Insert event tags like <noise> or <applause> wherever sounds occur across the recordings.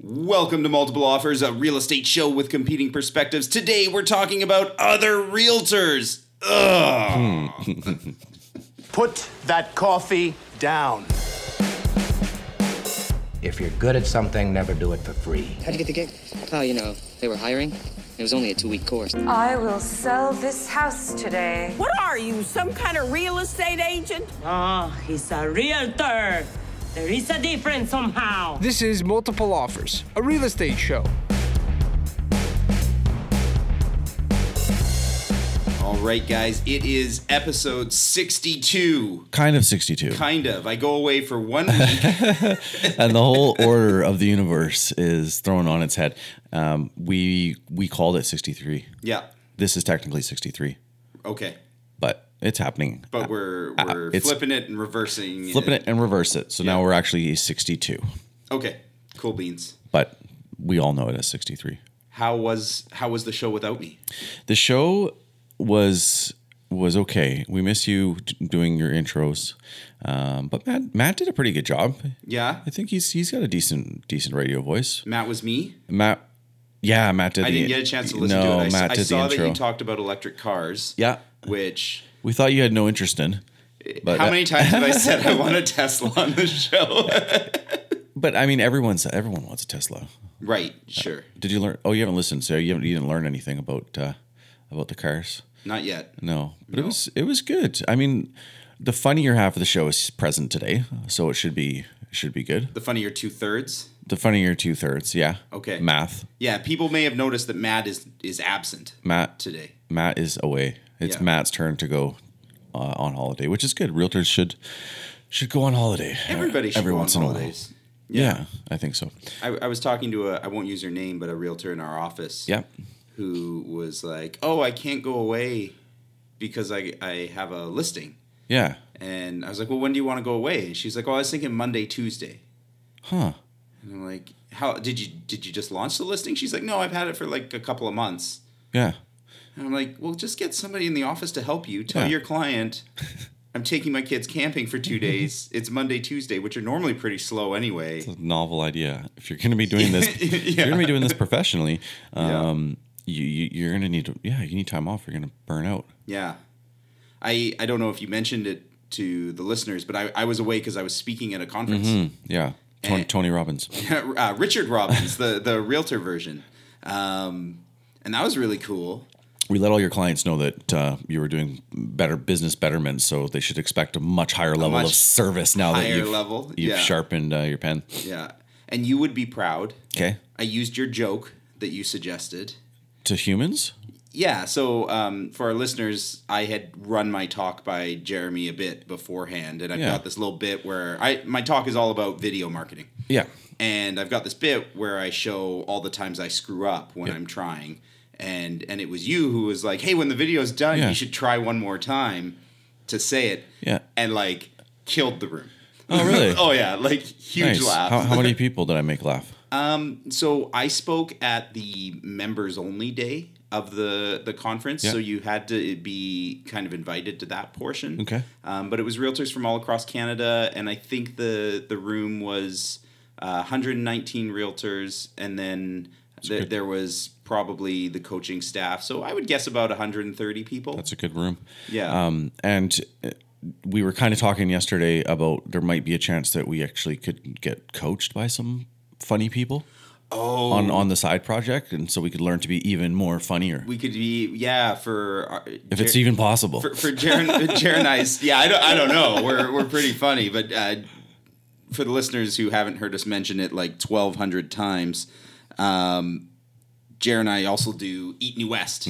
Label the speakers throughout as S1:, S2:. S1: Welcome to Multiple Offers, a real estate show with competing perspectives. Today we're talking about other realtors. Ugh.
S2: Put that coffee down.
S3: If you're good at something, never do it for free.
S4: How'd you get the gig? Oh, you know, they were hiring. It was only a two week course.
S5: I will sell this house today.
S6: What are you, some kind of real estate agent?
S7: Ah, he's a realtor. There is a difference somehow.
S8: This is Multiple Offers, a real estate show.
S9: Hmm.
S1: All right, guys, it is episode 62.
S9: kind of 62
S1: Kind of. I go away for
S9: <laughs>
S1: one week.
S9: and the whole order of the universe is thrown on its head um, we we called it 63
S1: yeah.
S9: this is technically 63
S1: Okay.
S9: but it's happening
S1: But we're we're
S9: Uh, it's-
S1: flipping it and reversing.
S9: flipping it and reverse it so now we're actually 62
S1: Okay. Cool beans.
S9: but we all know it as 63
S1: How was how was the show without me?
S9: the show was was okay we miss you d- doing your intros um, but matt matt did a pretty good job
S1: Yeah.
S9: i think he's he's got a decent decent radio voice
S1: Matt was me.
S9: matt yeah matt did
S1: I
S9: the-
S1: didn't get a chance to listen
S9: no,
S1: to it. I, s-
S9: matt
S1: I
S9: did the
S1: saw that
S9: intro
S1: you talked about electric cars.
S9: yeah
S1: Which
S9: We thought you had no interest in. But,
S1: how many times have I said I
S9: <laughs>
S1: want a Tesla on the show?
S9: But I mean, everyone's everyone wants a Tesla.
S1: right. Sure.
S9: Did you learn? Oh, you haven't listened, so you haven't you didn't learn anything about uh, about the cars.
S1: Not yet.
S9: No, but it was it was good. I mean, the funnier half of the show is present today, so it should be should be good.
S1: The funnier two thirds.
S9: The funnier two thirds, yeah.
S1: Okay.
S9: Math.
S1: Yeah, people may have noticed that Matt is is absent
S9: Matt
S1: today.
S9: Matt is away. It's
S1: Yeah.
S9: Matt's turn to go uh, on holiday, which is good. Realtors should should go on holiday.
S1: Everybody should
S9: every
S1: go on
S9: once in a while.
S1: holidays.
S9: Yeah, I think so.
S1: I, I was talking to a I won't use her name, but a realtor in our office.
S9: Yeah.
S1: Who was like, "Oh, I can't go away because I I have a listing."
S9: Yeah.
S1: And I was like, "Well, when do you want to go away?" And she's like, "Oh, I was thinking Monday, Tuesday."
S9: Huh.
S1: And I'm like, "How did you did you just launch the listing?" She's like, "No, I've had it for like a couple of months."
S9: Yeah.
S1: And I'm like, well, just get somebody in the office to help you. Tell
S9: Yeah.
S1: your client, I'm taking my kids camping for two days. It's Monday, Tuesday, which are normally pretty slow anyway.
S9: novel idea. If you're going to be
S1: <laughs>
S9: doing this, if you're going to be doing this professionally. Um, you, you you're going to need to yeah. You need time off. You're going to burn out.
S1: Yeah. I, I don't know if you mentioned it to the listeners, but I, I was away because I was speaking at a conference. <laughs>
S9: Yeah. Tony,
S1: Eh.
S9: Tony Robbins.
S1: uh, Richard Robbins, the, the realtor version. Um, and that was really cool.
S9: We let all your clients know that uh, you were doing better business betterment, so they should expect a much higher level
S1: much
S9: of service now that
S1: higher
S9: you've,
S1: level,
S9: you've
S1: yeah.
S9: sharpened uh, your pen.
S1: Yeah. And you would be proud.
S9: Okay.
S1: I used your joke that you suggested.
S9: To humans,
S1: Yeah, so um, for our listeners, I had run my talk by Jeremy a bit beforehand, and I've
S9: Yeah.
S1: got this little bit where I my talk is all about video marketing,
S9: yeah.
S1: and I've got this bit where I show all the times I screw up when I'm trying, and and it was you who was like, "Hey, when the video's done,
S9: Yeah.
S1: you should try one more time to say it,"
S9: Yeah.
S1: and like killed the room.
S9: Oh really?
S1: <laughs> oh yeah, like huge
S9: Nice.
S1: laugh.
S9: How,
S1: <laughs>
S9: how many people did I make laugh?
S1: so I spoke at the members only day of the the conference,
S9: Yeah.
S1: so you had to be kind of invited to that portion.
S9: Okay.
S1: Um, but it was realtors from all across Canada, and I think the the room was uh, 119 realtors, and then th-
S9: good.
S1: there was probably the coaching staff. So I would guess about 130 people.
S9: That's a good room.
S1: yeah.
S9: Um, and uh, we were kind of talking yesterday about there might be a chance that we actually could get coached by some funny people. Oh. On on the side project, and so we could learn to be even more funnier,
S1: we could be yeah for uh, our,
S9: if it's even possible.
S1: for, for Jaren, <laughs> Jaren Ice, yeah, I don't, I don't know. We're, we're pretty funny, but uh, for the listeners who haven't heard us mention it like 1,200 times, um, Jaren and I also do Eat New West.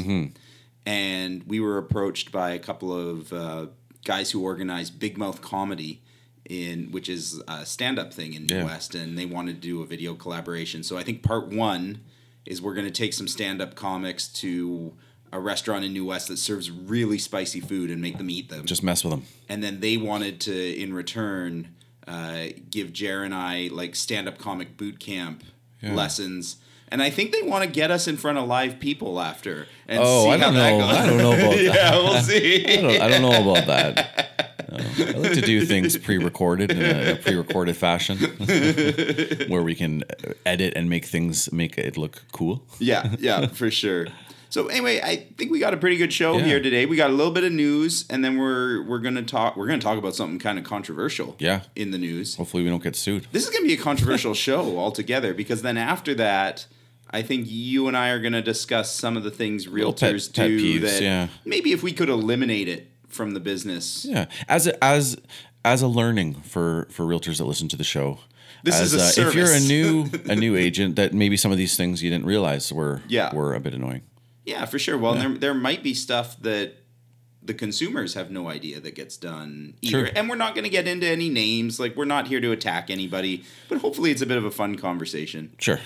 S1: And we were approached by a couple of uh, guys who organize Big Mouth Comedy. In which is a stand-up thing in New
S9: Yeah.
S1: West, and they wanted to do a video collaboration. So I think part one is we're going to take some stand-up comics to a restaurant in New West that serves really spicy food and make them eat them
S9: Just mess with them.
S1: and then they wanted to in return uh, give Jer and I like stand up comic boot camp lessons. And I think they want to get us in front of live people after and
S9: Oh,
S1: see
S9: I
S1: how
S9: don't
S1: that
S9: know.
S1: goes. <laughs>
S9: <laughs> I don't know about that.
S1: yeah, we'll
S9: I
S1: see. <laughs>
S9: don't, I don't know about that. I like to do things pre-recorded in a, a pre-recorded fashion, <laughs> where we can uh, edit and make things make it look cool.
S1: Yeah, yeah, for sure. So anyway, I think we got a pretty good show
S9: Yeah.
S1: here today. We got a little bit of news, and then we're we're gonna talk we're gonna talk about something kind of controversial.
S9: Yeah.
S1: in the news.
S9: Hopefully, we don't get sued.
S1: This is gonna be a controversial <laughs> show altogether because then after that, I think you and I are gonna discuss some of the things
S9: Little pet-
S1: realtors
S9: pet
S1: do
S9: peeves,
S1: that
S9: yeah.
S1: maybe if we could eliminate it from the business.
S9: Yeah, as a, as as a learning for for realtors that listen to the show.
S1: This
S9: as, uh,
S1: is a
S9: if you're a
S1: service.
S9: new
S1: <laughs>
S9: a new agent, that maybe some of these things you didn't realize were
S1: Yeah.
S9: were a bit annoying.
S1: Yeah, for sure. Well, there there might be stuff that the consumers have no idea that gets done either.
S9: Sure.
S1: And we're not going to get into any names. Like we're not here to attack anybody, but hopefully it's a bit of a fun conversation.
S9: Sure,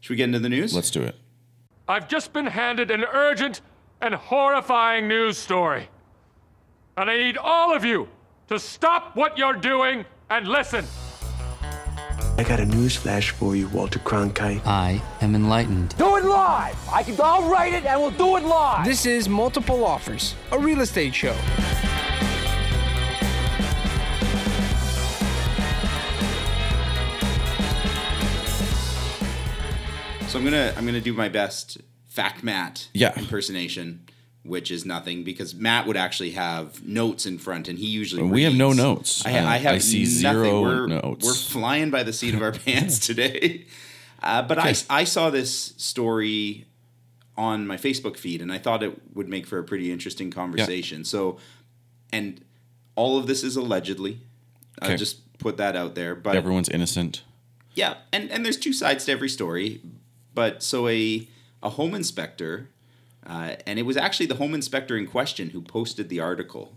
S1: Should we get into the news?
S9: let's do it.
S10: I've just been handed an urgent and horrifying news story. And I need all of you to stop what you're doing and listen.
S2: I got a news flash for you, Walter Cronkite.
S4: I am enlightened.
S8: This is Multiple Offers, a real estate show.
S1: So I'm gonna I'm gonna do my best fact Matt
S9: Yeah.
S1: impersonation, which is nothing because Matt would actually have notes in front, and he usually
S9: We have no
S1: reads.
S9: notes.
S1: I, ha-
S9: Uh,
S1: I have
S9: I see
S1: nothing.
S9: zero
S1: we're,
S9: notes.
S1: We're flying by the seat
S9: <laughs>
S1: of our pants today. Uh, but
S9: Okay.
S1: I I saw this story on my Facebook feed, and I thought it would make for a pretty interesting conversation. So, and all of this is allegedly.
S9: Okay.
S1: I'll just put that out there. But
S9: Everyone's innocent.
S1: yeah, and and there's two sides to every story, but so a a home inspector, uh, and it was actually the home inspector in question who posted the article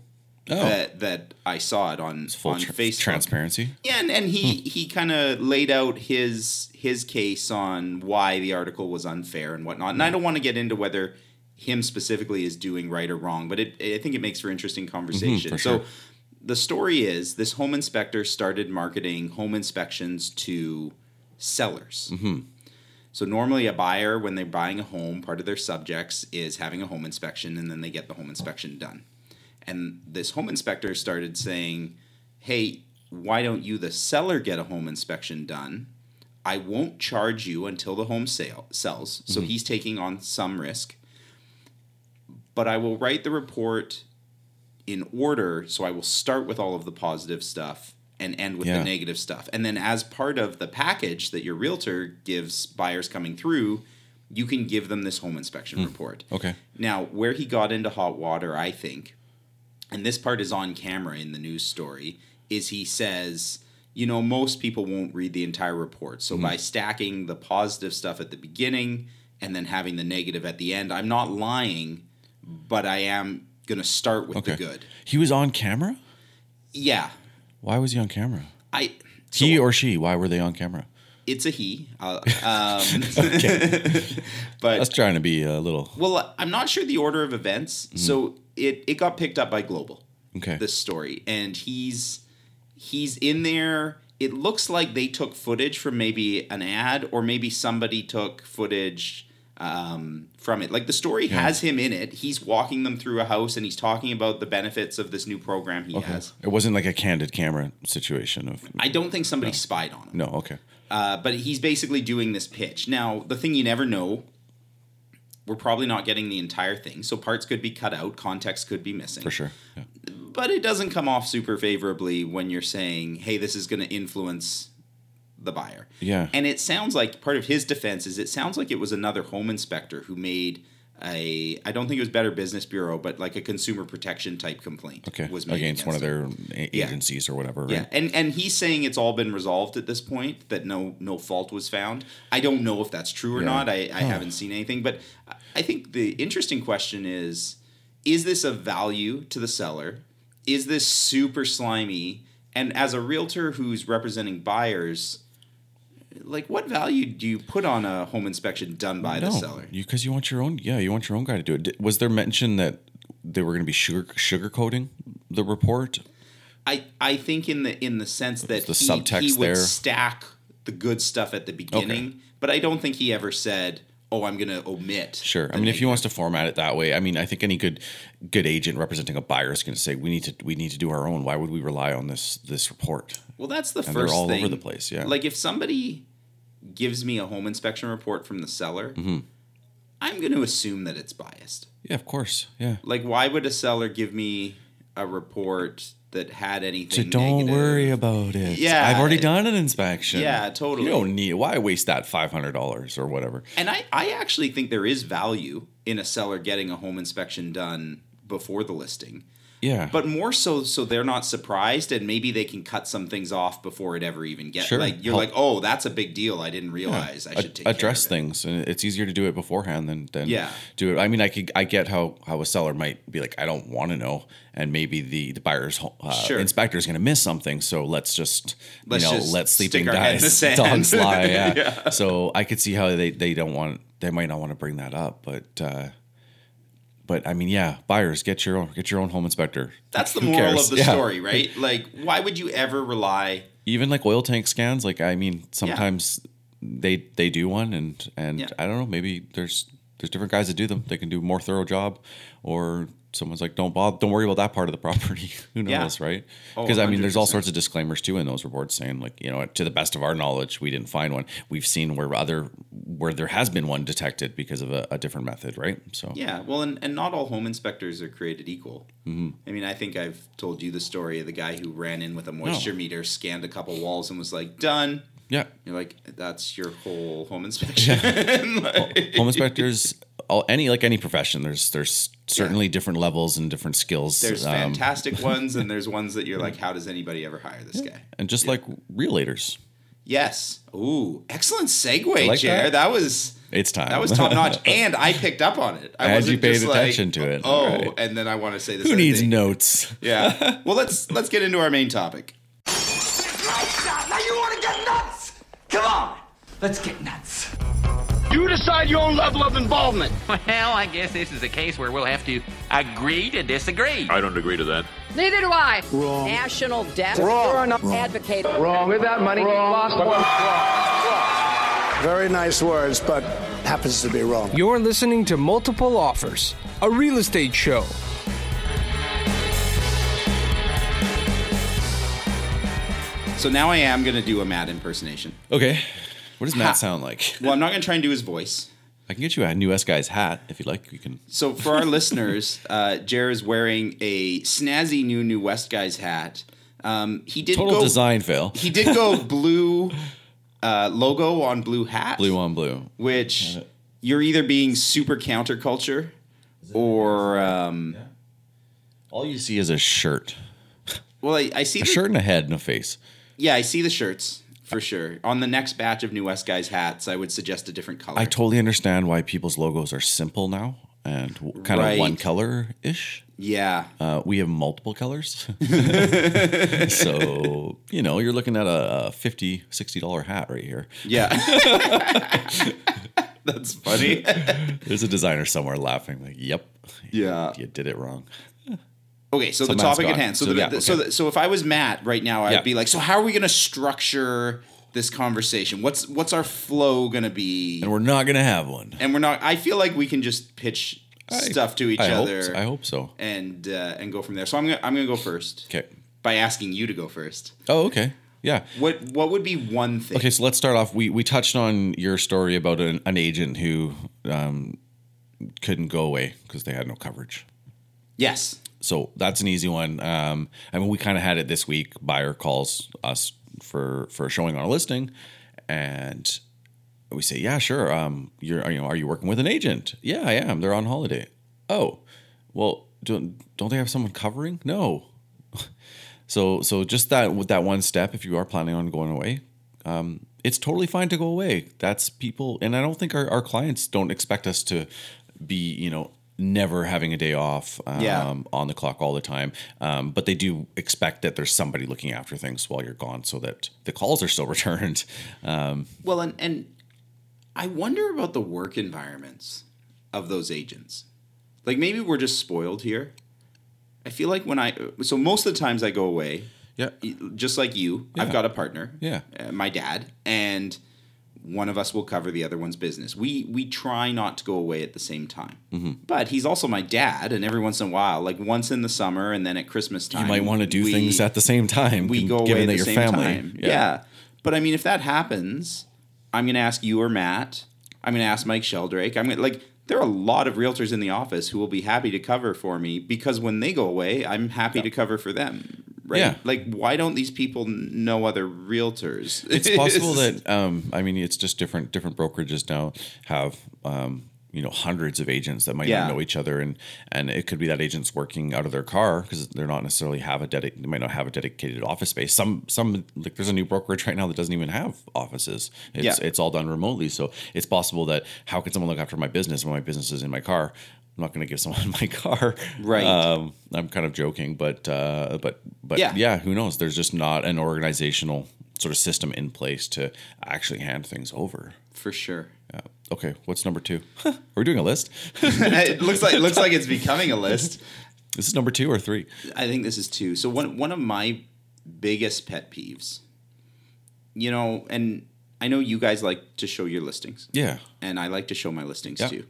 S9: Oh,
S1: that that I saw it on
S9: full
S1: on
S9: tr-
S1: Facebook.
S9: transparency.
S1: Yeah, and, and he he kind of laid out his his case on why the article was unfair and whatnot.
S9: Mm-hmm.
S1: And I don't want to get into whether him specifically is doing right or wrong, but it I think it makes for interesting conversation.
S9: Mm-hmm, for
S1: so
S9: sure.
S1: the story is this home inspector started marketing home inspections to sellers. So normally a buyer when they're buying a home, part of their subjects is having a home inspection and then they get the home inspection done. And this home inspector started saying, "Hey, why don't you the seller get a home inspection done? I won't charge you until the home sale sells."
S9: Mm-hmm.
S1: So he's taking on some risk. But I will write the report in order, so I will start with all of the positive stuff and end with
S9: Yeah.
S1: the negative stuff. And then as part of the package that your realtor gives buyers coming through, you can give them this home inspection report.
S9: Mm. Okay.
S1: Now, where he got into hot water, I think, and this part is on camera in the news story, is he says, you know, most people won't read the entire report.
S9: Mm-hmm.
S1: So by stacking the positive stuff at the beginning and then having the negative at the end, I'm not lying, but I am going to start with
S9: Okay.
S1: the good.
S9: He was on camera.
S1: Yeah.
S9: Why was he on camera?
S1: I
S9: he or she? Why were they on camera?
S1: it's a he.
S9: <laughs>
S1: Uh, um,
S9: That's
S1: <laughs> but
S9: trying to be a little
S1: well, I'm not sure the order of events.
S9: Mm-hmm.
S1: So it it got picked up by Global.
S9: okay.
S1: this story and he's he's in there it looks like they took footage from maybe an ad or maybe somebody took footage um, from it like the story has him in it he's walking them through a house and he's talking about the benefits of this new program he has
S9: It wasn't like a candid camera situation of
S1: i don't think somebody spied on him
S9: no. Okay.
S1: uh, but he's basically doing this pitch. Now, the thing you never know, we're probably not getting the entire thing. So parts could be cut out, context could be missing.
S9: For sure. Yeah.
S1: But it doesn't come off super favorably when you're saying, hey, this is going to influence the buyer.
S9: Yeah.
S1: And it sounds like part of his defense is it sounds like it was another home inspector who made a I don't think it was Better Business Bureau, but like a consumer protection type complaint
S9: Okay.
S1: was made
S9: against one of
S1: him.
S9: their a-
S1: Yeah.
S9: agencies or whatever.
S1: Yeah,
S9: right?
S1: and and he's saying it's all been resolved at this point that no no fault was found. I don't know if that's true or not. I, I haven't seen anything, but I- I think the interesting question is: Is this of value to the seller? Is this super slimy? And as a realtor who's representing buyers, like what value do you put on a home inspection done by the
S9: No,
S1: seller?
S9: because you, want your own. Yeah, you want your own guy to do it. Did- Was there mention that they were going to be sugar sugarcoating the report?
S1: I I think in the in the sense that
S9: The
S1: he,
S9: subtext
S1: he would
S9: there.
S1: stack the good stuff at the beginning, but I don't think he ever said, oh, I'm going to omit.
S9: Sure. I mean, if he wants to format it that way, I mean, I think any good good agent representing a buyer is going to say we need to we need to do our own. Why would we rely on this this report?
S1: Well, that's the
S9: And they're
S1: first
S9: all over
S1: thing.
S9: the place, yeah.
S1: Like if somebody gives me a home inspection report from the seller,
S9: Mm-hmm.
S1: I'm going to assume that it's biased.
S9: Yeah, of course. Yeah.
S1: Like why would a seller give me a report that had anything
S9: So don't
S1: negative?
S9: worry about it.
S1: Yeah.
S9: I've already done an inspection.
S1: Yeah, totally.
S9: You don't need. Why waste that five hundred dollars or whatever?
S1: And I, I actually think there is value in a seller getting a home inspection done before the listing,
S9: Yeah.
S1: but more so so they're not surprised and maybe they can cut some things off before it ever even gets
S9: Sure.
S1: like you're
S9: Help.
S1: like oh that's a big deal I didn't realize I
S9: Ad-
S1: should take care of
S9: address
S1: it."
S9: things, and it's easier to do it beforehand than than
S1: Yeah.
S9: do it. I mean, I could I get how how a seller might be like, I don't want to know, and maybe the the buyer's ho- uh,
S1: Sure.
S9: inspector is going to miss something, so let's just
S1: Let's
S9: you know
S1: just
S9: let
S1: stick
S9: sleeping
S1: our head in the
S9: guys <laughs>
S1: sand.
S9: dogs lie. Yeah.
S1: <laughs> Yeah.
S9: So I could see how they they don't want they might not want to bring that up, but. uh but I mean, yeah, buyers get your own get your own home inspector.
S1: That's the
S9: Who
S1: moral
S9: cares?
S1: of the
S9: Yeah.
S1: story,
S9: <laughs>
S1: right? Like, why would you ever rely?
S9: Even like oil tank scans, like I mean, sometimes they they do one, and and
S1: Yeah.
S9: I don't know, maybe there's there's different guys that do them. They can do a more thorough job, or someone's like, don't bother, don't worry about that part of the <laughs> property. Who
S1: Yeah.
S9: knows, right?
S1: Oh,
S9: Because I mean, there's all
S1: 100%.
S9: sorts of disclaimers too in those reports saying like, you know, to the best of our knowledge, we didn't find one. We've seen where other where there has been one detected because of a, a different method, right? So
S1: Yeah, well, and, and not all home inspectors are created equal.
S9: Mm-hmm.
S1: I mean, I think I've told you the story of the guy who ran in with a moisture meter, scanned a couple walls, and was like, done.
S9: yeah.
S1: You're like, that's your whole home inspection. <laughs> Like-
S9: home inspectors all any like any profession there's there's certainly different levels and different skills
S1: there's
S9: um,
S1: fantastic ones, and there's ones that you're
S9: <laughs>
S1: like, how does anybody ever hire this guy?
S9: and just like realtors
S1: Yes. Ooh, excellent segue,
S9: like
S1: Chair.
S9: that.
S1: That? was
S9: It's time.
S1: That was
S9: <laughs>
S1: top notch, and I picked up on it. I
S9: And you
S1: wasn't
S9: paid
S1: just like,
S9: attention to it.
S1: Oh,
S9: All right.
S1: and then I want to say this.
S9: who
S1: other
S9: needs
S1: thing.
S9: notes
S1: Yeah.
S9: <laughs>
S1: Well, let's let's get into our main topic.
S11: Now you want to get nuts? Come on, let's get nuts.
S10: You decide your own level of involvement.
S11: Well, I guess this is a case where we'll have to agree to disagree.
S10: I don't agree to that.
S6: Neither do I. Wrong. National debt. You're an advocate.
S2: Wrong. With that money, lost Very nice words, but happens to be wrong.
S8: You're listening to Multiple Offers, a real estate show.
S1: So now I am going to do a Matt impersonation.
S9: okay what does matt sound like
S1: Well, I'm not going to try and do his voice.
S9: i can get you a new s guy's hat if you like you can
S1: So for
S9: <laughs>
S1: our listeners, uh, Jer is wearing a snazzy new New West guys hat. Um, he did
S9: total
S1: go,
S9: design fail
S1: He did go
S9: <laughs>
S1: blue uh, logo on blue hat.
S9: blue on blue
S1: which you're either being super counterculture or um,
S9: all you see is a shirt
S1: well, I, I see
S9: a
S1: the,
S9: shirt and a head and a face
S1: Yeah, I see the shirts for sure. On the next batch of New West guys hats, I would suggest a different color.
S9: i totally understand why people's logos are simple now and w- kind
S1: Right.
S9: of one color ish <laughs>
S1: yeah,
S9: Uh, we have
S1: <laughs>
S9: multiple colors. so, you know, you're looking at a 50 $60 hat right here.
S1: yeah. <laughs> That's funny.
S9: <laughs> There's a designer somewhere laughing, like, yep,
S1: Yeah.
S9: you did it wrong.
S1: Okay, so, the
S9: Matt's
S1: topic at
S9: gone.
S1: hand. So,
S9: So,
S1: the,
S9: yeah,
S1: the- so,
S9: okay.
S1: the- so if I was Matt right now, I'd
S9: Yeah.
S1: be like, so how are we going to structure this conversation? What's what's our flow going to be?
S9: And we're not going to have one.
S1: and we're not. I feel like we can just pitch stuff to each
S9: I hope-
S1: other.
S9: I hope so.
S1: and uh, and go from there. So I'm gonna I'm gonna go first.
S9: Okay.
S1: By asking you to go first.
S9: Oh, okay. Yeah.
S1: What what would be one thing?
S9: Okay, so let's start off. We we touched on your story about an, an agent who um, couldn't go away because they had no coverage.
S1: Yes.
S9: so that's an easy one. Um, I mean, we kind of had it this week. Buyer calls us for for showing our listing, and we say, "Yeah, sure. Um, you're you know, are you working with an agent? Yeah, I am. They're on holiday. Oh, well, don't don't they have someone covering? No. <laughs> so so just that with that one step, if you are planning on going away, um, it's totally fine to go away. That's people, and I don't think our, our clients don't expect us to be, you know, never having a day off, um,
S1: Yeah.
S9: on the clock all the time. Um, but they do expect that there's somebody looking after things while you're gone, so that the calls are still <laughs> returned. Um,
S1: Well, and and I wonder about the work environments of those agents. Like maybe we're just spoiled here. I feel like when I so most of the times I go away,
S9: yeah,
S1: just like you, I've
S9: Yeah.
S1: got a partner.
S9: Yeah.
S1: uh, my dad, and one of us will cover the other one's business. We we try not to go away at the same time.
S9: Mm-hmm.
S1: But he's also my dad, and every once in a while, like once in the summer and then at Christmas time,
S9: You might want to do
S1: we-
S9: things at the same time.
S1: We
S9: g-
S1: go away at the
S9: you're
S1: same time. Yeah. but I mean, if that happens, I'm going to ask you or Matt. I'm going to ask Mike Sheldrake. I'm going to like. There are a lot of realtors in the office who will be happy to cover for me because when they go away, I'm happy to cover for them. Right?
S9: Yeah.
S1: Like, why don't these people n- know other realtors? <laughs>
S9: it's possible that um, I mean it's just different different brokerages now have um, you know hundreds of agents that might
S1: Yeah.
S9: not know each other and and it could be that agent's working out of their car because they're not necessarily have a dedic they might not have a dedicated office space some some like there's a new brokerage right now that doesn't even have offices it's
S1: Yeah.
S9: it's all done remotely so it's possible that how can someone look after my business when my business is in my car I'm not going to give someone <laughs> my car
S1: Right.
S9: um, I'm kind of joking but uh, but but
S1: Yeah.
S9: yeah. who knows? There's just not an organizational sort of system in place to actually hand things over.
S1: for
S9: <laughs>
S1: sure.
S9: Yeah. Okay, what's number
S1: <laughs>
S9: two? Are we doing a list? <laughs>
S1: it looks like it looks like it's becoming a list.
S9: This is number two or three.
S1: I think this is two. So one one of my biggest pet peeves, you know, and I know you guys like to show your listings,
S9: Yeah.
S1: and I like to show my listings
S9: Yeah.
S1: too.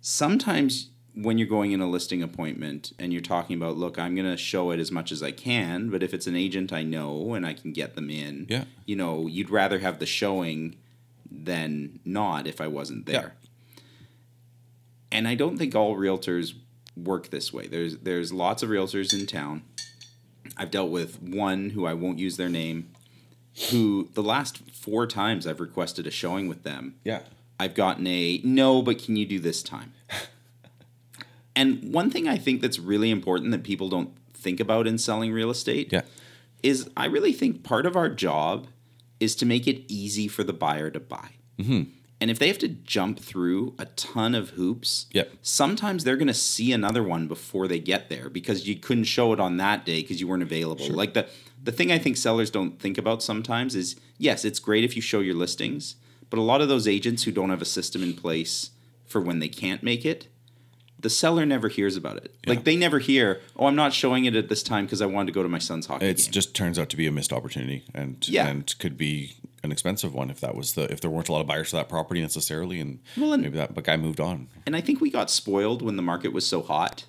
S1: Sometimes when you're going in a listing appointment and you're talking about, look, I'm going to show it as much as I can, but if it's an agent I know and I can get them in,
S9: Yeah.
S1: you know, you'd rather have the showing than not if I wasn't there.
S9: Yeah.
S1: And I don't think all realtors work this way. There's there's lots of realtors in town. I've dealt with one who I won't use their name who the last four times I've requested a showing with them,
S9: Yeah.
S1: I've gotten a no, but can you do this time? and one thing I think that's really important that people don't think about in selling real estate
S9: Yeah.
S1: is I really think part of our job is to make it easy for the buyer to buy. And if they have to jump through a ton of hoops,
S9: Yep.
S1: sometimes they're going to see another one before they get there because you couldn't show it on that day because you weren't available. Like the the thing I think sellers don't think about sometimes is yes, it's great if you show your listings, but a lot of those agents who don't have a system in place for when they can't make it, the seller never hears about it. Like they never hear, "Oh, I'm not showing it at this time because I wanted to go to my son's hockey
S9: It
S1: game."
S9: just turns out to be a missed opportunity and
S1: Yeah.
S9: and could be an expensive one if that was the if there weren't a lot of buyers for that property necessarily and,
S1: Well, and-
S9: maybe that but guy moved on.
S1: And I think we got spoiled when the market was so hot.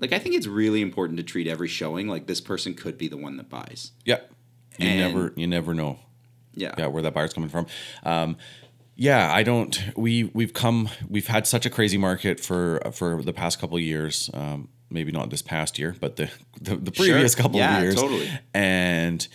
S1: Like I think it's really important to treat every showing like this person could be the one that buys.
S9: Yeah. You
S1: And-
S9: never you never know.
S1: Yeah.
S9: yeah where that buyer's coming from um yeah i don't we we've come we've had such a crazy market for for the past couple of years um maybe not this past year but the the, the
S1: Sure.
S9: previous couple
S1: Yeah,
S9: of years
S1: totally.
S9: and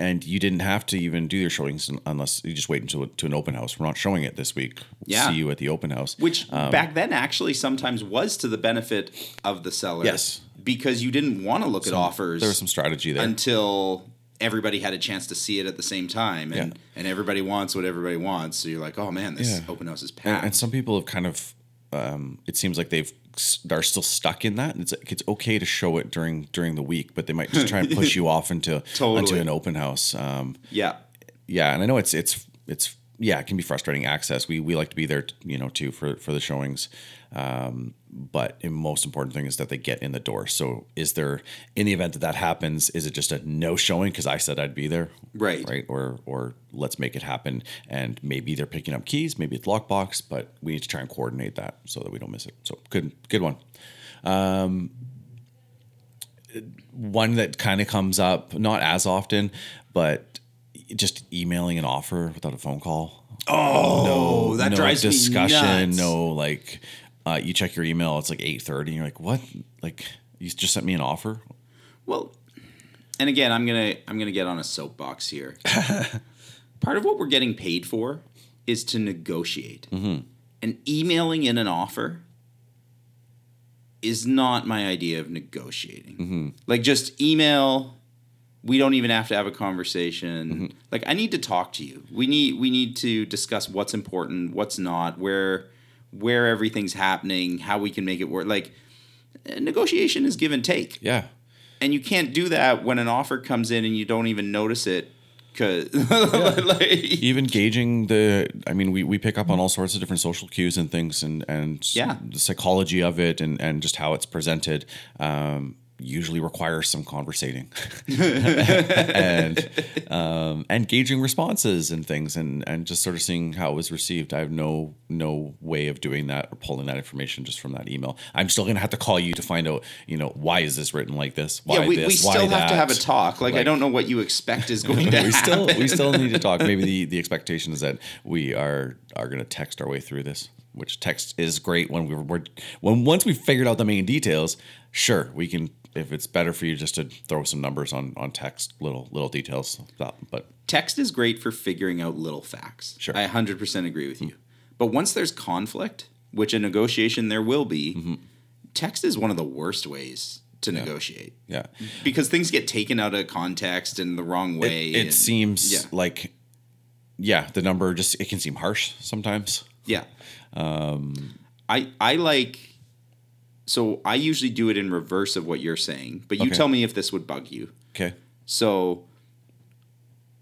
S9: and you didn't have to even do your showings unless you just wait until to an open house we're not showing it this week
S1: Yeah.
S9: see you at the open house Um,
S1: Which back then actually sometimes was to the benefit of the seller.
S9: Yes.
S1: Because you didn't want to look at offers
S9: there was some strategy there
S1: until everybody had a chance to see it at the same time and,
S9: Yeah.
S1: and everybody wants what everybody wants. So you're like, oh man, this
S9: Yeah.
S1: open house is packed.
S9: and, and some people have kind of um, it seems like they've s- are still stuck in that and it's like it's okay to show it during during the week but they might just try and push you off into
S1: Totally.
S9: into an open house um,
S1: yeah.
S9: yeah and i know it's it's it's yeah it can be frustrating access we we like to be there you know too for for the showings um, but the most important thing is that they get in the door so is there in the event that that happens is it just a no showing because i said i'd be there
S1: Right.
S9: right or or let's make it happen and maybe they're picking up keys maybe it's lockbox but we need to try and coordinate that so that we don't miss it so good good one one that kind of comes up not as often but just emailing an offer without a phone call
S1: Oh, that
S9: no
S1: drives me
S9: discussion
S1: nuts.
S9: no like uh, you check your email it's like 8.30 and you're like what like you just sent me an offer
S1: Well, and again, I'm gonna I'm gonna get on a soapbox here. Part of what we're getting paid for is to negotiate, and emailing in an offer is not my idea of negotiating. Like just email. We don't even have to have a conversation. Like I need to talk to you. We need we need to discuss what's important, what's not, where where everything's happening, how we can make it work. Like eh, negotiation is give and take
S9: yeah
S1: and you can't do that when an offer comes in and you don't even notice it <laughs> because like,
S9: even gauging the i mean we, we pick up on all sorts of different social cues and things and and
S1: Yeah.
S9: the psychology of it and and just how it's presented um usually requires some conversating <laughs> and um, engaging responses and things and and just sort of seeing how it was received i have no no way of doing that or pulling that information just from that email i'm still gonna have to call you to find out you know why is this written like this why
S1: yeah, we,
S9: this
S1: we
S9: why
S1: still have
S9: that?
S1: to have a talk. Like, I don't know what you expect
S9: <laughs>
S1: is going to
S9: we still
S1: happen.
S9: we still need
S1: <laughs>
S9: to talk maybe the the expectation is that we are are gonna text our way through this which text is great when we we're when once we figured out the main details sure we can if it's better for you just to throw some numbers on on text little little details that, but
S1: Text is great for figuring out little facts.
S9: Sure.
S1: I 100% agree with you. But once there's conflict, which a negotiation there will be, text is one of the worst ways to negotiate
S9: Mm-hmm. yeah
S1: because things get taken out of context and the wrong way.
S9: it, it
S1: and-
S9: seems
S1: yeah.
S9: like yeah the number just it can seem harsh sometimes
S1: Yeah. Um, I I like. So I usually do it in reverse of what you're saying, but you
S9: Okay.
S1: tell me if this would bug you.
S9: okay
S1: So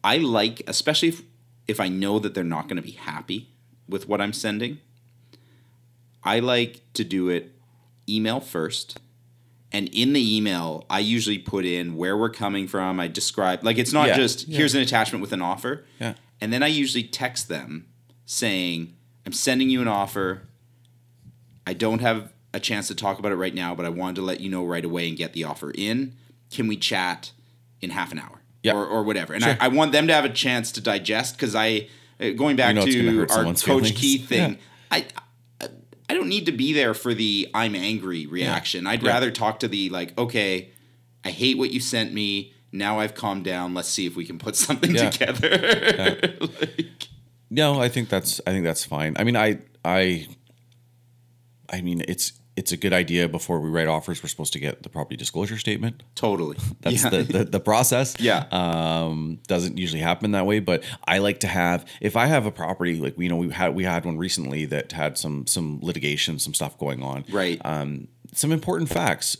S1: I like, especially if, if I know that they're not going to be happy with what I'm sending, I like to do it email first. And in the email, I usually put in where we're coming from. I describe, like, it's not
S9: Yeah,
S1: just here's an attachment with an offer.
S9: Yeah.
S1: And then I usually text them saying, I'm sending you an offer. I don't have a chance to talk about it right now, but I wanted to let you know right away and get the offer in. Can we chat in half an hour?
S9: Yeah.
S1: Or, or whatever. And I, I want them to have a chance to digest because I, uh, going back
S9: know it's gonna
S1: to
S9: hurt
S1: our
S9: someone's
S1: Coach
S9: feelings.
S1: Key thing,
S9: Yeah.
S1: I, I, I don't need to be there for the I'm angry reaction. I'd
S9: Yeah.
S1: rather talk to the like, okay, I hate what you sent me. Now I've calmed down. Let's see if we can put <laughs> something
S9: Yeah.
S1: together.
S9: No, I think that's I think that's fine. I mean, I I I mean, it's it's a good idea before we write offers we're supposed to get the property disclosure statement.
S1: <laughs> totally.
S9: That's
S1: yeah.
S9: the, the the process.
S1: Yeah.
S9: Um doesn't usually happen that way, but I like to have if I have a property like you know we had we had one recently that had some some litigation, some stuff going on.
S1: Right.
S9: Um some important facts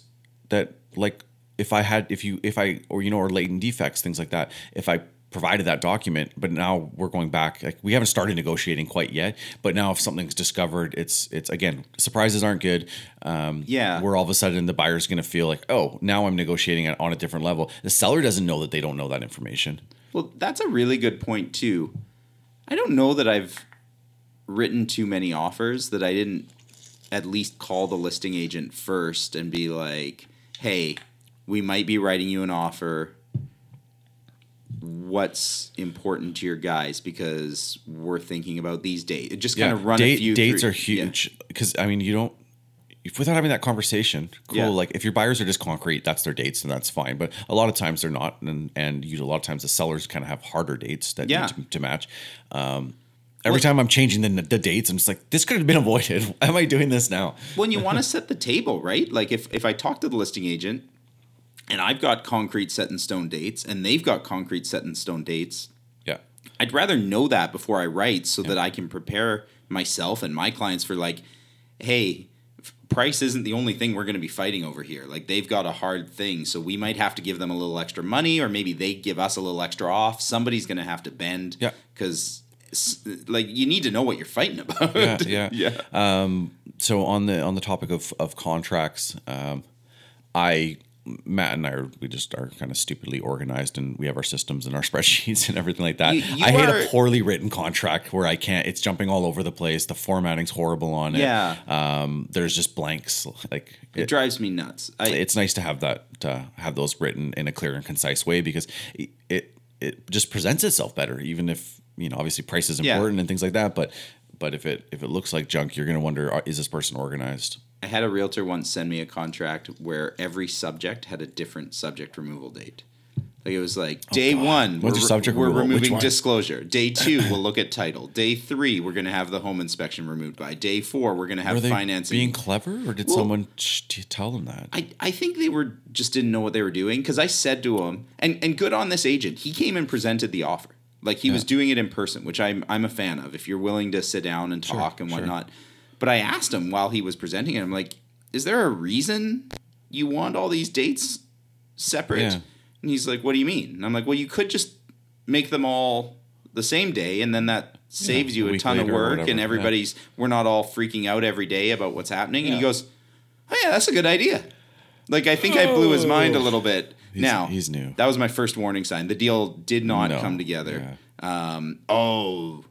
S9: that like if I had if you if I or you know or latent defects things like that if I provided that document but now we're going back like we haven't started negotiating quite yet but now if something's discovered it's it's again surprises aren't good um
S1: Yeah.
S9: we're all of a sudden the buyer's going to feel like oh now i'm negotiating on a different level the seller doesn't know that they don't know that information
S1: Well, that's a really good point too. I don't know that I've written too many offers that I didn't at least call the listing agent first and be like, "Hey, we might be writing you an offer. What's important to your guys because we're thinking about these dates." It Just kind of run
S9: date,
S1: a few
S9: dates
S1: through-
S9: are huge because i mean you don't if without having that conversation cool
S1: Yeah.
S9: like if your buyers are just concrete that's their dates and that's fine but a lot of times they're not and and you a lot of times the sellers kind of have harder dates that
S1: Yeah.
S9: need to, to match um every time i'm changing the, the dates i'm just like this could have been avoided <laughs> why am i doing this now
S1: when
S9: <laughs>
S1: you want to set the table, right? Like if if I talk to the listing agent and I've got concrete set in stone dates and they've got concrete set in stone dates,
S9: yeah
S1: I'd rather know that before I write so that I can prepare myself and my clients for like, hey, f- price isn't the only thing we're going to be fighting over here. Like they've got a hard thing, so we might have to give them a little extra money or maybe they give us a little extra off. Somebody's going to have to bend
S9: Yeah.
S1: cuz like you need to know what you're fighting <laughs> about.
S9: yeah yeah
S1: yeah.
S9: Uh, so on the on the topic of of contracts, um, I Matt and I are, we just are kind of stupidly organized, and we have our systems and our <laughs> spreadsheets and everything like that.
S1: You- you
S9: I hate a
S1: are-
S9: poorly written contract where I can't. It's jumping all over the place. The formatting's horrible on it.
S1: Yeah.
S9: Um, there's just blanks. Like
S1: It,
S9: it,
S1: drives me nuts. I,
S9: it's nice to have that to have those written in a clear and concise way because it it, it just presents itself better even if you know obviously price is
S1: Yeah.
S9: important and things like that but but if it if it looks like junk you're going to wonder "Are- is this person organized
S1: I had a realtor once send me a contract where every subject had a different subject removal date. Like it was like day
S9: Oh, God.
S1: one,
S9: What's
S1: we're,
S9: your subject
S1: we're
S9: removal? Which
S1: removing
S9: one?
S1: disclosure.
S9: <laughs>
S1: Day two, we'll look at title. Day three, we're going to have the home inspection removed by. Day four, we're going to
S9: Were
S1: have
S9: they
S1: financing.
S9: being clever, or did
S1: Well-
S9: someone sh- t- tell them that?
S1: I, I think they were just didn't know what they were doing because I said to him, and, and good on this agent, he came and presented the offer. Like he was doing it in person, which I'm I'm a fan of. If you're willing to sit down and talk and
S9: sure.
S1: whatnot, but I asked him while he was presenting it, I'm like, is there a reason you want all these dates separate?
S9: Yeah.
S1: And he's like, what do you mean? And I'm like, well, you could just make them all the same day, and then that saves
S9: a
S1: you a
S9: week
S1: ton of
S9: later or
S1: work,
S9: whatever,
S1: and
S9: yeah.
S1: everybody's we're not all freaking out every day about what's happening. And he
S9: Yeah.
S1: goes, oh yeah, that's a good idea. Like I think I blew his mind a little bit.
S9: Oh. He's-
S1: now
S9: he's new.
S1: That was my first warning sign. The deal did not
S9: No,
S1: come together. Um, oh,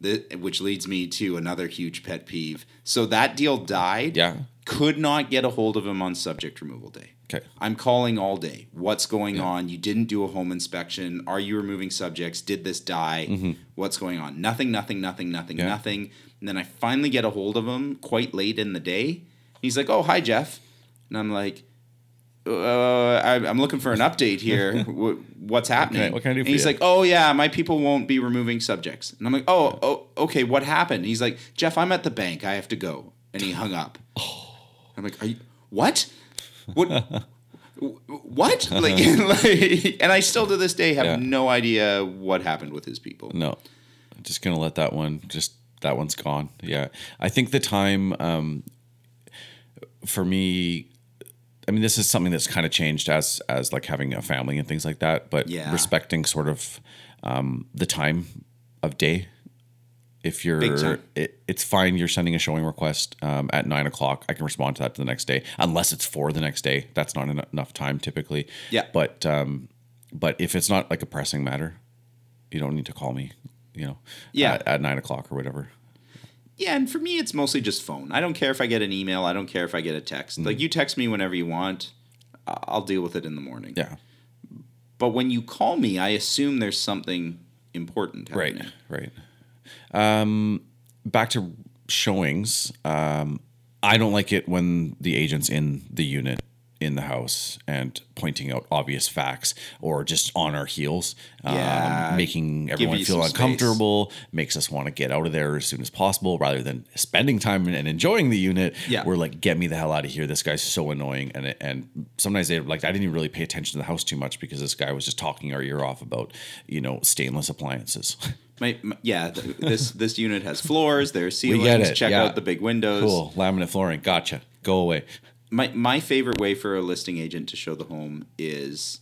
S1: the, which leads me to another huge pet peeve. So that deal died.
S9: Yeah.
S1: Could not get a hold of him on subject removal day.
S9: Okay.
S1: I'm calling all day. What's going on? You didn't do a home inspection. Are you removing subjects? Did this die?
S9: Mm-hmm.
S1: What's going on? Nothing, nothing, nothing, nothing, nothing. And then I finally get a hold of him quite late in the day. He's like, Oh, hi, Jeff. And I'm like, uh, I- I'm looking for an update
S9: <laughs>
S1: here. Wh- What's happening?
S9: what can I do
S1: And
S9: for
S1: he's
S9: you?
S1: like, oh yeah, my people won't be removing subjects. And I'm like, oh, oh, okay, what happened? And he's like, Jeff, I'm at the bank. I have to go. And he hung
S9: <laughs>
S1: up.
S9: Oh.
S1: I'm like, are you what? What?
S9: <laughs>
S1: what? Like, <laughs> like- and I still to this day have
S9: Yeah. Mm.
S1: no idea what happened with his people.
S9: No, I'm just gonna let that one. Just that one's gone. Yeah, I think the time um, for me. I mean, this is something that's kind of changed as as like having a family and things like that. But
S1: Yeah.
S9: respecting sort of um, the time of day. If
S1: Big
S9: you're,
S1: time.
S9: it, it's fine. You're sending a showing request um, at nine o'clock. I can respond to that the next day, unless it's for the next day. That's not en- enough time typically.
S1: Yeah.
S9: But um, but if it's not like a pressing matter, you don't need to call me, you know,
S1: Yeah.
S9: at, at nine o'clock or whatever.
S1: Yeah, and for me, it's mostly just phone. I don't care if I get an email. I don't care if I get a
S9: Mm.
S1: text. Like, you text me whenever you want. I- I'll deal with it in the morning.
S9: Yeah.
S1: But when you call me, I assume there's something important
S9: Right.
S1: happening.
S9: Right. Um, back to showings. Um, I don't like it when the agent's in the unit in the house and pointing out obvious facts or just on our heels, um,
S1: Yeah.
S9: making everyone
S1: you
S9: feel
S1: some space.
S9: uncomfortable, makes us want to get out of there as soon as possible rather than spending time and- and enjoying the unit.
S1: Yeah.
S9: We're like, get me the hell out of here. This guy's so annoying. And, and sometimes they like, I didn't even really pay attention to the house too much because this guy was just talking our ear off about, you know, stainless appliances. <laughs>
S1: My, my- yeah, th- this this unit has floors.
S9: <laughs>
S1: There are ceilings.
S9: it,
S1: Check
S9: yeah.
S1: out the big windows.
S9: cool. Laminate flooring. Gotcha. Go away.
S1: my my favorite way for a listing agent to show the home is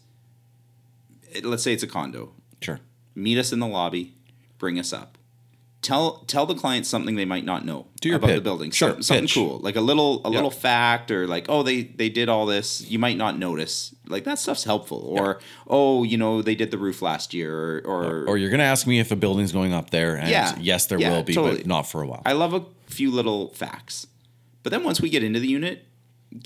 S1: it- let's say it's a condo
S9: Sure.
S1: meet us in the lobby bring us up tell tell the client something they might not know
S9: Do your
S1: about the
S9: pitch.
S1: building
S9: Sure,
S1: Some- something
S9: pitch.
S1: cool like a little a little fact or like oh they they did all this you might not notice like that stuff's helpful or oh you know they did the roof last year or or,
S9: Or you're going to ask me if a building's going up there. And
S1: Yeah.
S9: yes, there
S1: Yeah,
S9: will be,
S1: totally.
S9: but not for a while.
S1: i love a few little facts but then once we get into the unit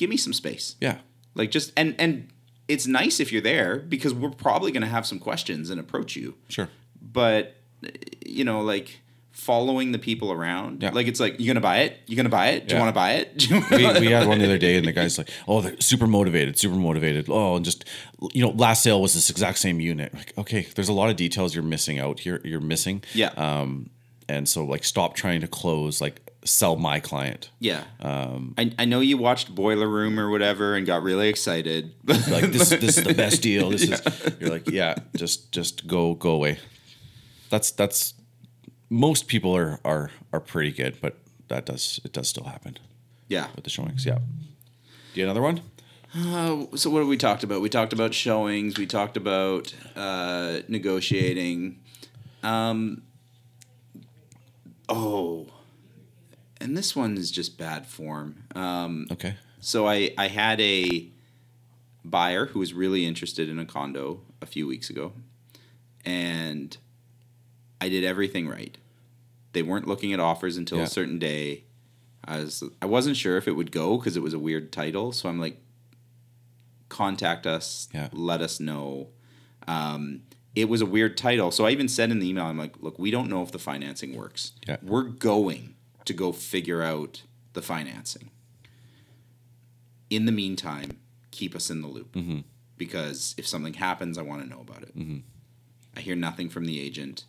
S1: give me some space
S9: yeah.
S1: like just and and it's nice if you're there because we're probably going to have some questions and approach you
S9: Sure.
S1: but you know like following the people around
S9: Yeah.
S1: like it's like you gonna buy it you gonna buy it do
S9: Yeah.
S1: you want to buy it Do you
S9: we,
S1: wanna-"
S9: we
S1: <laughs>
S9: had one the other day, and the guy's like, "Oh, they're super motivated, super motivated." Oh, and just you know, last sale was this exact same unit. Like, okay, there's a lot of details you're missing out here. You're missing.
S1: yeah
S9: Um, and so like, stop trying to close. Like, sell my client.
S1: yeah
S9: um,
S1: I, I know you watched boiler room or whatever and got really excited
S9: Like this, this is the best deal. This is. You're like, yeah, just just go go away. That's that's most people are are are pretty good, but that does it does still happen
S1: <laughs> yeah
S9: with the showings. Yeah. Do you have another one?
S1: so what have we talked about we talked about showings we talked about uh negotiating um oh and this one is just bad form Um,
S9: Okay.
S1: So I, I had a buyer who was really interested in a condo a few weeks ago, and I did everything right. They weren't looking at offers until
S9: Yeah.
S1: a certain day. I was I wasn't sure if it would go because it was a weird title, so I'm like, contact us,
S9: Yeah.
S1: let us know. Um, it was a weird title, so I even said in the email, I'm like, look, we don't know if the financing works.
S9: Yeah.
S1: We're going to go figure out the financing in the meantime, keep us in the loop
S9: Mm-hmm.
S1: because if something happens, I want to know about it. I hear nothing from the agent.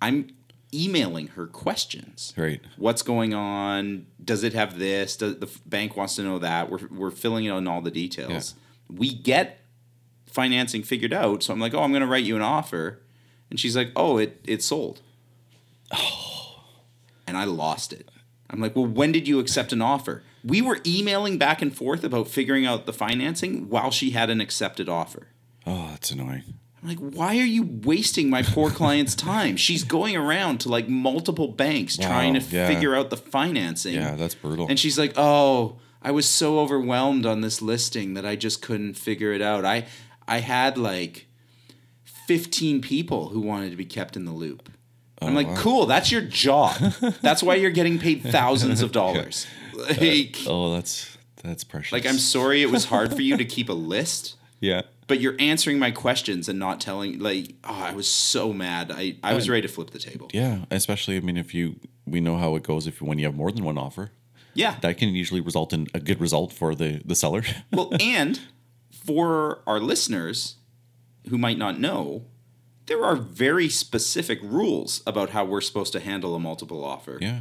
S1: I'm emailing her questions.
S9: Right.
S1: What's going on? Does it have this? Does the f- bank wants to know that? We're, we're filling in all the details. We get financing figured out. So I'm like, oh, I'm going to write you an offer. And she's like, oh, it, it sold. And I lost it. I'm like, well, when did you accept an offer? We were emailing back and forth about figuring out the financing while she had an accepted offer.
S9: Oh, that's annoying.
S1: I'm like, why are you wasting my poor client's time? She's going around to like multiple banks
S9: Wow,
S1: trying to
S9: yeah.
S1: figure out the financing.
S9: Yeah, that's brutal.
S1: And she's like, oh, I was so overwhelmed on this listing that I just couldn't figure it out. I I had like 15 people who wanted to be kept in the loop.
S9: Oh,
S1: I'm like, cool, that's your
S9: <laughs>
S1: job. that's why you're getting paid thousands of dollars. Like,
S9: Oh, that's that's precious.
S1: like I'm sorry it was hard for you to keep a list,
S9: yeah.
S1: but you're answering my questions and not telling like oh, I was so mad. I, I was ready to flip the table.
S9: Yeah, especially I mean if you we know how it goes if when you have more than one offer,
S1: Yeah.
S9: that can usually result in a good result for the the seller. <laughs>
S1: well, and for our listeners who might not know, there are very specific rules about how we're supposed to handle a multiple offer.
S9: yeah.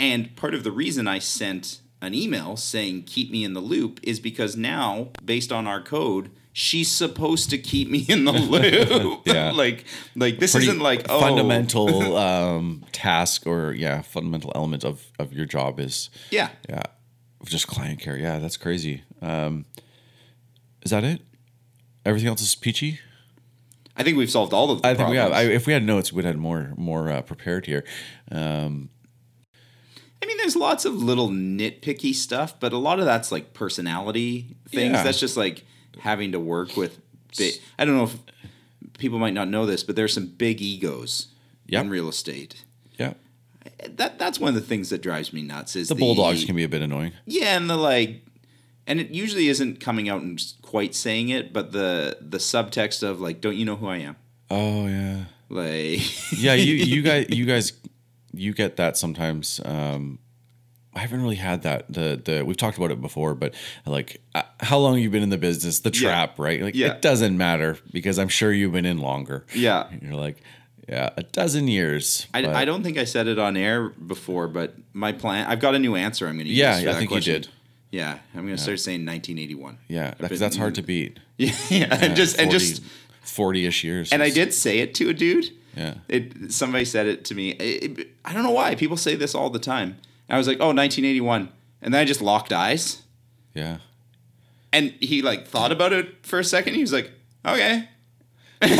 S1: And part of the reason I sent an email saying keep me in the loop is because now, based on our code, she's supposed to keep me
S9: <laughs>
S1: in the loop. <laughs>
S9: Yeah.
S1: like like this
S9: Pretty
S1: isn't like oh
S9: <laughs> fundamental um task or yeah, fundamental element of of your job is
S1: Yeah.
S9: yeah, just client care. Yeah, that's crazy. Um is that it? Everything else is peachy?
S1: I think we've solved all of the
S9: I think we have. I,
S1: problems.
S9: if we had notes, we'd had more more uh, prepared here. Um,
S1: I mean, there's lots of little nitpicky stuff, but a lot of that's like personality things.
S9: Yeah.
S1: That's just like having to work with. Big, I don't know if people might not know this, but there's some big egos
S9: Yep.
S1: in real estate.
S9: yeah,
S1: That that's one of the things that drives me nuts. Is
S9: the bulldogs can be a bit annoying.
S1: yeah, and the like, and it usually isn't coming out and s- quite saying it, but the the subtext of like, don't you know who I am?
S9: Oh yeah,
S1: Like, <laughs>
S9: yeah. You you <laughs> guys you guys you get that sometimes. Um, I haven't really had that. The the we've talked about it before, but like uh, how long you've been in the business, the
S1: Yeah.
S9: trap, right? Like
S1: Yeah.
S9: it doesn't matter because I'm sure you've been in longer.
S1: Yeah.
S9: <laughs> you're like yeah, a dozen years.
S1: I,
S9: but-
S1: I don't think I said it on air before, but my plan. I've got a new answer. I'm going to
S9: Yeah,
S1: use. for
S9: yeah, I
S1: that
S9: think you
S1: question.
S9: did.
S1: Yeah, I'm going to start saying 1981.
S9: Yeah,
S1: I've
S9: because that's
S1: been-
S9: hard to beat.
S1: <laughs> Yeah, <laughs> and just and just
S9: forty-ish years.
S1: and I
S9: It's-
S1: did say it to a dude.
S9: Yeah.
S1: It somebody said it to me. It- it- I don't know why people say this all the time. And I was like, oh, 1981, and then I just locked eyes,
S9: Yeah.
S1: and he like thought about it for a second. He was like, okay,
S9: He's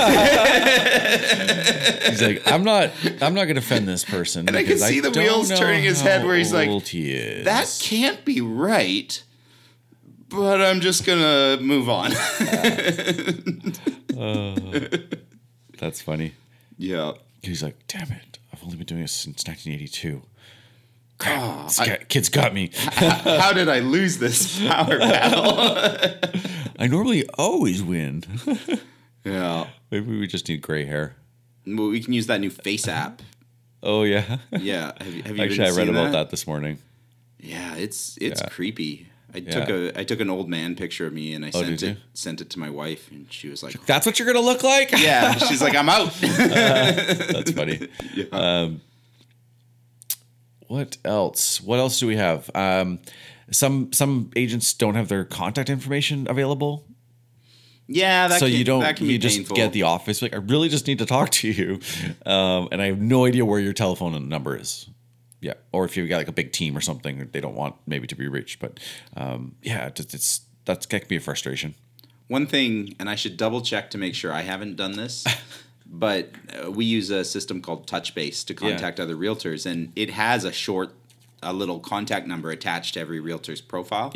S9: like, I'm not, I'm not going to offend this person.
S1: And I can
S9: because
S1: see the
S9: don't
S1: wheels
S9: know
S1: turning his
S9: how
S1: head where he's like,
S9: old he is.
S1: that can't be right. But I'm just gonna move on. <laughs>
S9: that's funny.
S1: yeah.
S9: He's like, damn it, I've only been doing this since 1982. Crap, this guy- kid's got me.
S1: How did I lose this power
S9: <laughs>
S1: battle?
S9: I normally always win. <laughs>
S1: yeah.
S9: Maybe we just need gray hair.
S1: Well, we can use that new face
S9: <laughs>
S1: app.
S9: Oh yeah.
S1: Yeah, have, you- have you
S9: <laughs> Actually, I read about
S1: that?
S9: that this morning.
S1: Yeah, it's it's
S9: Yeah.
S1: creepy. I took
S9: Yeah. Oh,
S1: a I took an old man picture of me and I
S9: did
S1: sent
S9: you?
S1: it sent it to my wife and she was like,
S9: That's what you're gonna look like.
S1: "Yeah." She's like, "I'm out."
S9: <laughs>
S1: <laughs>
S9: That's funny. Um, what else? What else do we have? Um, some some agents don't have their contact information available,
S1: yeah, that
S9: so
S1: can,
S9: you don't.
S1: That can
S9: you
S1: be
S9: just
S1: painful.
S9: get the office. Like I really just need to talk to you, um, and I have no idea where your telephone number is. Yeah, or if you've got like a big team or something, they don't want maybe to be reached. But um, yeah, it's, it's that's that can be a frustration.
S1: one thing, and I should double check to make sure I haven't done
S9: <laughs>
S1: this. but uh, we use a system called Touchbase to contact other realtors, and it has a short, a little contact number attached to every realtor's profile.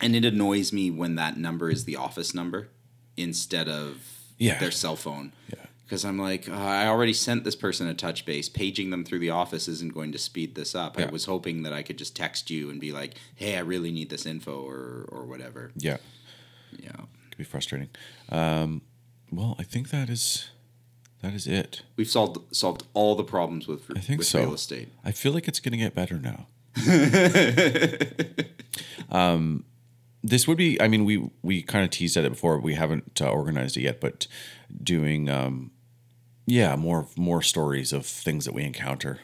S1: and it annoys me when that number is the office number instead of
S9: Yeah.
S1: their cell phone. Yeah. Because I'm like, uh, I already sent this person a touch base. Paging them through the office isn't going to speed this up. I
S9: Yeah.
S1: was hoping that I could just text you and be like, "Hey, I really need this info," or or whatever.
S9: yeah,
S1: Yeah.
S9: could be frustrating. Um, well, I think that is that is it.
S1: We've solved solved all the problems with
S9: I think
S1: with
S9: so.
S1: real estate.
S9: I feel like it's going to get
S1: <laughs>
S9: better now. um, Um, this would be. I mean, we we kind of teased at it before. We haven't uh, organized it yet, but doing, um, yeah, more more stories of things that we encounter,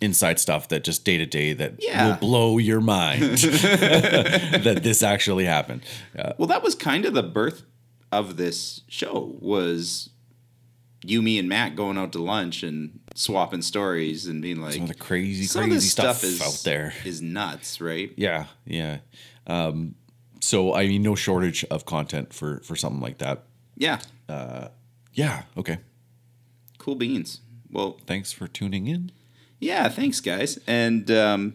S9: inside stuff that just day to day that
S1: Yeah.
S9: will blow
S1: <laughs>
S9: your mind <laughs> that this actually happened. Yeah.
S1: Well, that was kind of the birth of this show was you, me, and Matt going out to lunch and swapping stories and being like,
S9: Some of the crazy,
S1: Some of
S9: crazy
S1: this
S9: stuff, out there.
S1: is nuts, right?
S9: Yeah, yeah. Um, so I mean, no shortage of content for for something like that.
S1: Yeah,
S9: Yeah. Okay.
S1: cool beans. Well,
S9: Thanks for tuning in.
S1: yeah, thanks guys, and um,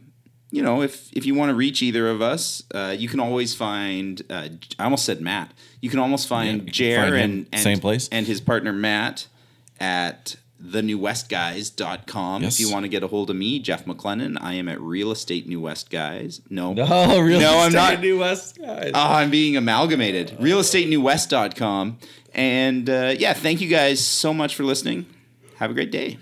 S1: you know, if if you want to reach either of us, uh, you can always find. Uh, I almost said Matt. You can almost find
S9: you can
S1: Jer
S9: find him,
S1: and, and
S9: same place.
S1: and his partner Matt at thenewwestguys.com. If
S9: Yes.
S1: you want to get a hold of me, Jeff McLennan, I am at Real Estate New West Guys. <laughs> No,
S9: Oh, really?
S1: No, I'm not.
S9: New West guys.
S1: Ah, I'm being amalgamated. RealEstateNewWest.com. And uh, yeah, thank you guys so much for listening. Have a great day.